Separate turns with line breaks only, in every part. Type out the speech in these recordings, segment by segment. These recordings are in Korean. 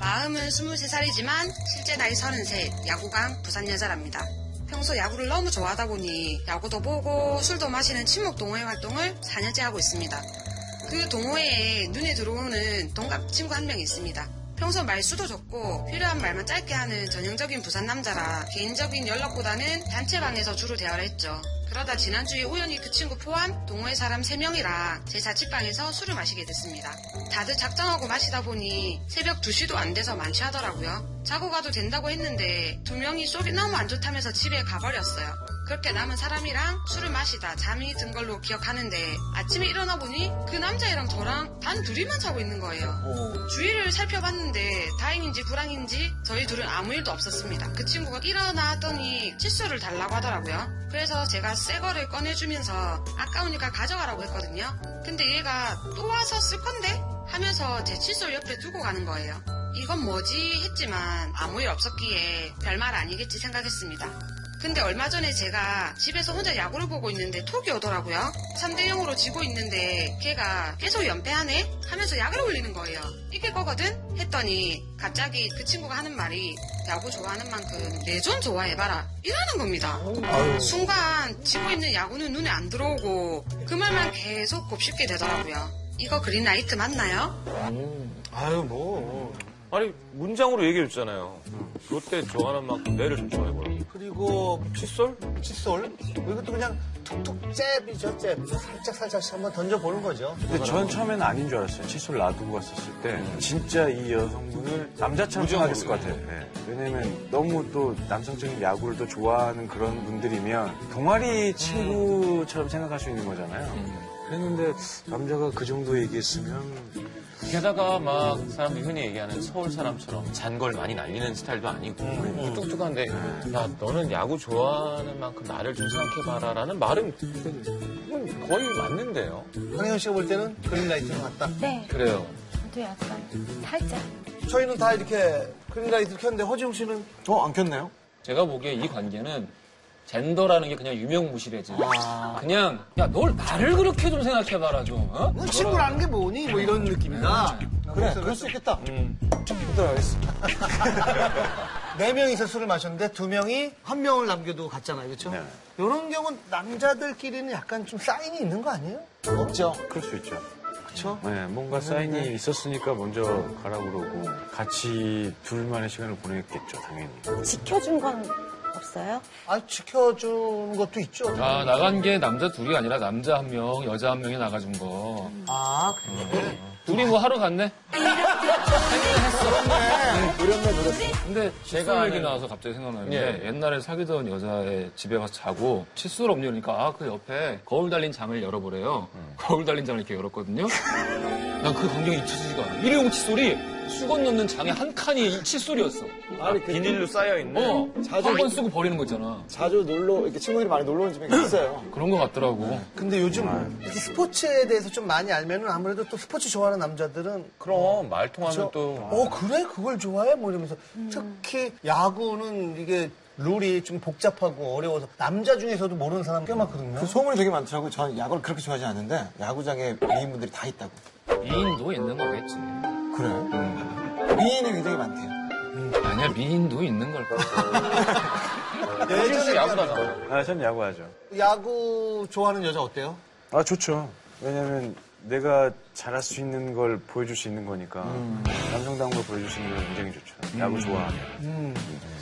저는 23살이지만 실제 나이 33, 야구강 부산 여자랍니다. 평소 야구를 너무 좋아하다 보니 야구도 보고 술도 마시는 친목 동호회 활동을 4년째 하고 있습니다. 그 동호회에 눈에 들어오는 동갑 친구 한 명 있습니다. 평소 말수도 적고 필요한 말만 짧게 하는 전형적인 부산 남자라 개인적인 연락보다는 단체방에서 주로 대화를 했죠. 그러다 지난주에 우연히 그 친구 포함 동호회 사람 3명이랑 제 자취방에서 술을 마시게 됐습니다. 다들 작정하고 마시다 보니 새벽 2시도 안 돼서 만취하더라고요. 자고 가도 된다고 했는데 두 명이 속이 너무 안 좋다면서 집에 가버렸어요. 그렇게 남은 사람이랑 술을 마시다 잠이 든 걸로 기억하는데 아침에 일어나 보니 그 남자애랑 저랑 단 둘이만 자고 있는 거예요. 주위를 살펴봤는데 다행인지 불행인지 저희 둘은 아무 일도 없었습니다. 그 친구가 일어나더니 칫솔을 달라고 하더라고요. 그래서 제가 새 거를 꺼내주면서 아까우니까 가져가라고 했거든요. 근데 얘가 또 와서 쓸 건데? 하면서 제 칫솔 옆에 두고 가는 거예요. 이건 뭐지 했지만 아무 일 없었기에 별말 아니겠지 생각했습니다. 근데 얼마 전에 제가 집에서 혼자 야구를 보고 있는데 톡이 오더라고요. 3대 0으로 지고 있는데 걔가 계속 연패하네? 하면서 약을 올리는 거예요. 이길 거거든? 했더니 갑자기 그 친구가 하는 말이 야구 좋아하는 만큼 내 좀 좋아해봐라. 이러는 겁니다.
아유.
순간 치고 있는 야구는 눈에 안 들어오고 그 말만 계속 곱씹게 되더라고요. 이거 그린라이트 맞나요?
아유 뭐
아니 문장으로 얘기해 줬잖아요. 롯데 좋아하는 만큼 내를 좀 좋아해보라.
그리고
칫솔?
칫솔 이것도 그냥 툭툭 잽이죠 잽 살짝 살짝씩 한번 던져보는 거죠
근데 전 처음엔 아닌 줄 알았어요. 칫솔 놔두고 갔었을 때 진짜 이 여성분을 남자처럼
무정으로.
생각했을 것 같아요. 네. 왜냐면 너무 또 남성적인 야구를 또 좋아하는 그런 분들이면 동아리 친구처럼 생각할 수 있는 거잖아요. 그랬는데 남자가 그 정도 얘기했으면
게다가 막 사람들이 흔히 얘기하는 서울 사람처럼 잔걸 많이 날리는 스타일도 아니고
음.
뚝뚝한데 야 너는 야구 좋아하는 만큼 나를 좀 생각해봐라라는 말은 그건 거의 맞는데요.
황혜연 씨가 볼 때는 그린라이트가 맞다
네,
그래요.
저도 약간 살짝.
저희는 다 이렇게 그린라이트를 켰는데 허지웅 씨는
어 안 켰네요?
제가 보기에 이 관계는 젠더라는 게 그냥 유명무실해지.
아.
그냥 야 널 나를 그렇게 좀 생각해봐라 좀. 어?
뭐 친구라는 게 뭐니 뭐 이런
음,
느낌이다 그래 그럴 수 있겠다 네 명이서 술을 마셨는데 두 명이 한 명을 남겨두고 갔잖아요 그렇죠
네.
이런 경우는 남자들끼리는 약간 좀 사인이 있는 거 아니에요? 없죠
그럴 수 있죠.
그렇죠
네, 뭔가 사인이 있었으니까 먼저 가라 그러고 같이 둘만의 시간을 보냈겠죠, 당연히.
지켜준 건 없어요?
아 지켜주는 것도 있죠
아 나간 게 남자 둘이 아니라 남자 한 명 여자 한 명이 나가준 거.
아 그래
둘이 뭐 하러 갔네? 네.
오랜만에 노래
근데 제가 얘기 나와서 갑자기 생각나는데 옛날에 사귀던 여자의 집에 가서 자고 칫솔 없니 그러니까 아 그 옆에 거울 달린 장을 열어보래요. 거울 달린 장을 이렇게 열었거든요. 난 그 광경이 잊혀지지가 않아. 일회용 칫솔이 수건 넣는 장의 한 칸이 이 칫솔이었어.
아니
그
비닐로 쌓여 있는.
어, 한 번 쓰고 버리는 거 있잖아.
자주 놀러 이렇게 친구들이 많이 놀러 온 집에 있어요.
그런 거 같더라고.
근데 요즘 이렇게 스포츠에 대해서 좀 많이 알면은 아무래도 또 스포츠 좋아하는 남자들은
그럼 말 통하면
저,
또
어 그래 그걸 좋아해 뭐 이러면서
음.
특히 야구는 이게 룰이 좀 복잡하고 어려워서 남자 중에서도 모르는 사람 꽤 많거든요.
그 소문이 되게 많더라고요. 전 야구를 그렇게 좋아하지 않는데 야구장에 미인분들이 다 있다고.
미인도 있는 거겠지. 음.
그래요? 미인이 굉장히 많대요.
아니야 미인도 있는 걸 거야.
예전에 야구
아, 전 야구하죠.
야구 좋아하는 여자 어때요?
아, 좋죠. 왜냐면 내가 잘할 수 있는 걸 보여줄 수 있는 거니까 남성다운 걸 보여줄 수 있는 건 굉장히 좋죠. 야구 좋아하면.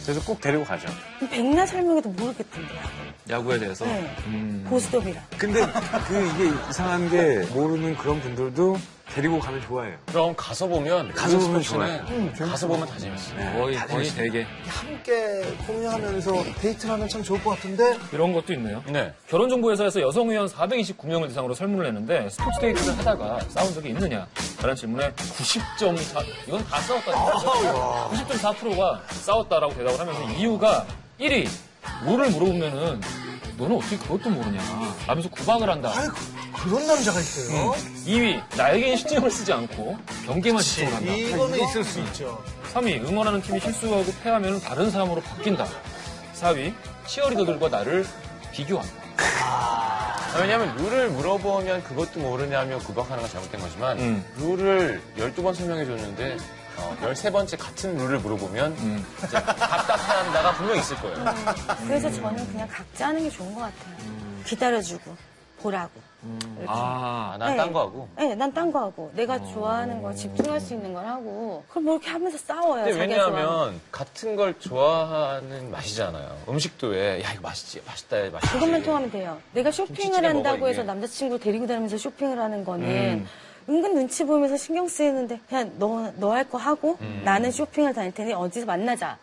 그래서 꼭 데리고 가죠.
백날 설명해도 모르겠던데요.
야구에 대해서. 음.
네. 보스톱이라.
근데 그 이게 이상한 게 모르는 그런 분들도 데리고 가면 좋아해요.
그럼 가서 보면
가서
무슨
보면
스포츠는
좋아요. 음.
가서 보면 다 재밌어. 요
거의 거의 되게
함께 공유하면서 데이트를 하면 참 좋을 것 같은데
이런 것도 있네요.
네.
결혼정보회사에서 여성 의원 429명을 대상으로 설문을 했는데 스포츠 데이트를 하다가 싸운 적이 있느냐? 라는 질문에 90.4 이건 다 싸웠다. 90.4%가 싸웠다라고 대답을 하면서 이유가 1위 뭐를 물어보면은 너는 어떻게 그것도 모르냐? 하면서 구박을 한다.
아이 그, 그런 남자가 있어요.
2위 나에겐 신경을 쓰지 않고 경기만 집중한다. 을
이거는 있을 수 있죠.
3위 응원하는 팀이 실수하고 패하면 다른 사람으로 바뀐다. 4위 치어리더들과 나를 비교한다.
아, 왜냐하면 룰을 물어보면 그것도 모르냐며 구박하는 건 잘못된 거지만
음.
룰을 12번 설명해 줬는데 어, 13번째 같은 룰을 물어보면
음.
이제 답답해한다가 분명히 있을 거예요.
그래서 저는 그냥 각자 하는 게 좋은 것 같아요.
음.
기다려주고 보라고. 이렇게.
아, 난 딴
네.
거 하고.
네, 난 딴 거 하고 내가
어.
좋아하는 거
뭐 집중할 수 있는 걸 하고
그럼 뭐 이렇게 하면서 싸워요.
근데
자기가 좋아하는 거.
왜냐하면 같은 걸 좋아하는 맛이잖아요. 음식도 왜, 야, 이거 맛있지, 맛있다, 맛있지.
네.
그것만 통하면 돼요. 내가 쇼핑을
김치찌개
한다고
먹어,
해서
이게.
남자친구 데리고 다니면서 쇼핑을 하는 거는 은근 눈치 보면서 신경 쓰이는데 그냥 너 너 할 거 하고 나는 쇼핑을 다닐 테니 어디서 만나자.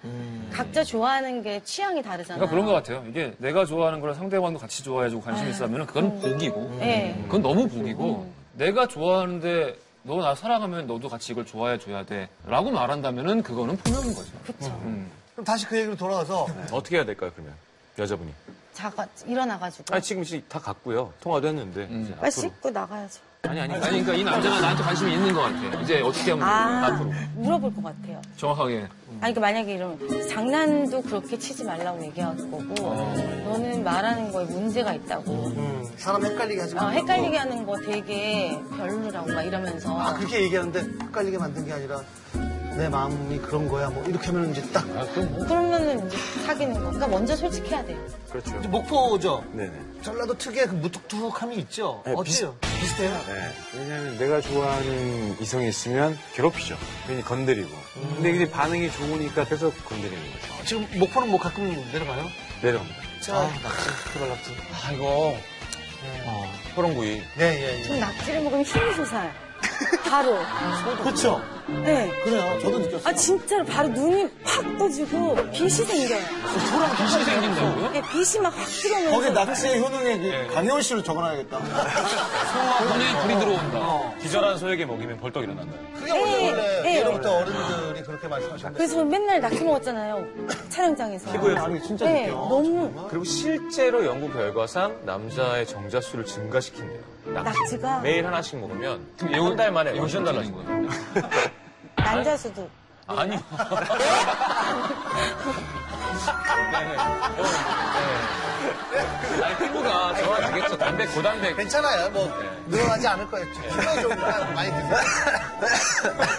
각자 좋아하는 게 취향이 다르잖아요.
그러니까 그런 것 같아요. 이게 내가 좋아하는 거랑 상대방도 같이 좋아해주고 관심 있어 하면 그건 복이고,
네.
그건 너무 복이고, 내가 좋아하는데 너 나 사랑하면 너도 같이 이걸 좋아해줘야 돼. 라고 말한다면은 그거는 폭력인 거죠.
그럼 다시 그 얘기로 돌아와서
어떻게 해야 될까요, 그러면? 여자분이.
자가 일어나가지고
아니, 지금 이제 다 갔고요. 통화도 했는데.
음.
이제
빨리
앞으로.
씻고 나가야죠.
아니, 아니, 아니, 그러니까 이 남자가 나한테 관심이 있는 것 같아. 이제 어떻게 하면
아,
되나, 앞으로.
물어볼 것 같아요.
정확하게.
아니, 그 만약에 이러면 장난도 그렇게 치지 말라고 얘기할 거고, 너는 말하는 거에 문제가 있다고,
사람 헷갈리게 하지
아,
마.
헷갈리게 하는 거 되게 별로라고 막 이러면서.
아, 그렇게 얘기하는데 헷갈리게 만든 게 아니라 내 마음이 그런 거야. 뭐 이렇게 하면 이제 딱
그러면은 이제 사귀는 거. 그러니까 먼저 솔직해야 돼요.
그렇죠.
이제 목포죠.
네네.
전라도 특유의 그 무뚝뚝함이 있죠.
네,
어때요? 비슷해요.
네. 왜냐면 내가 좋아하는 이성이 있으면 괴롭히죠. 괜히 건드리고. 근데 이게 반응이 좋으니까 계속 건드리는 거죠.
지금 목포는 뭐 가끔 내려가요?
내려갑니다.
자, 낚시, 그발 낚시.
아, 이거. 어, 호롱구이.
예, 예,
전 낙지를 먹으면 힘이 솟아요. 바로.
그렇죠.
네.
그래요. 저도 느꼈어요.
아, 진짜로 바로 눈이 팍 떠지고 빛이 생겨요.
빛이 생긴다고요?
예, 빛이 막 확 들어오면서.
거기 낙지의 효능에
네.
그 강혜원 씨를 적어놔야겠다.
눈에 불이 들어온다.
기절한 소에게 먹이면 벌떡 일어난다.
그게 원래
예,
원래
예.
예로부터 어른들이 그렇게 말씀하셨는데.
그래서 저는 맨날 낙지 먹었잖아요. 촬영장에서.
나는 진짜
네,
느껴.
너무
그리고 실제로 연구 결과상 남자의 정자수를 증가시킨대요. 낙지.
낙지가
네.
매일 하나씩 먹으면 한 달 만에
이거
5천 음. 달러인
진짜
거예요.
남자 수도
아니요. 네네. 네. 아니, 피부가 정확하겠죠. 담백, 고단백.
네. 괜찮아요. 뭐 늘어나지 않을 거예요. 키가 좀 많이 드세요.